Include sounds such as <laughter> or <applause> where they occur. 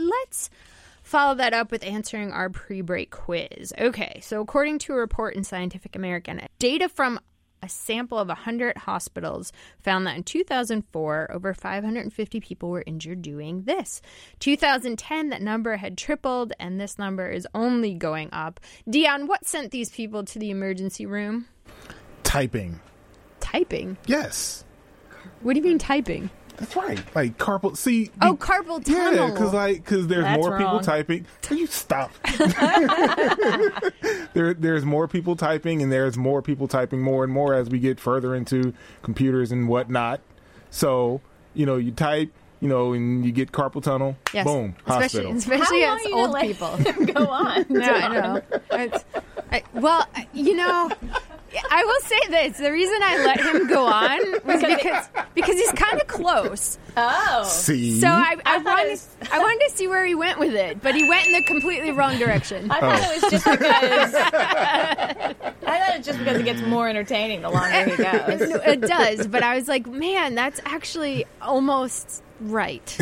let's follow that up with answering our pre break quiz. Okay, so according to a report in Scientific American, data from a sample of 100 hospitals found that in 2004, over 550 people were injured doing this. 2010, that number had tripled, and this number is only going up. Dion, what sent these people to the emergency room? Typing. Typing. Yes. What do you mean typing? That's right. Like carpal. See. Oh, carpal tunnel. Yeah, because like because there's That's more people wrong. typing. Can <laughs> you stop? there, there's more people typing, and there's more people typing more and more as we get further into computers and whatnot. So you know, you type, you know, and you get carpal tunnel. Yes. Boom. Especially, Hospital. especially How long as are you old gonna <laughs> let people. them go <laughs> on. No, I know. <laughs> It's, I, well, I- you know, I will say this: the reason I let him go on was because because he's kind of close. Oh. See. So I, I, I thought wanted it was- I wanted to see where he went with it, but he went in the completely wrong direction. I thought it was just because I thought it was just because it gets more entertaining the longer he goes. No, it does, but I was like, man, that's actually almost right.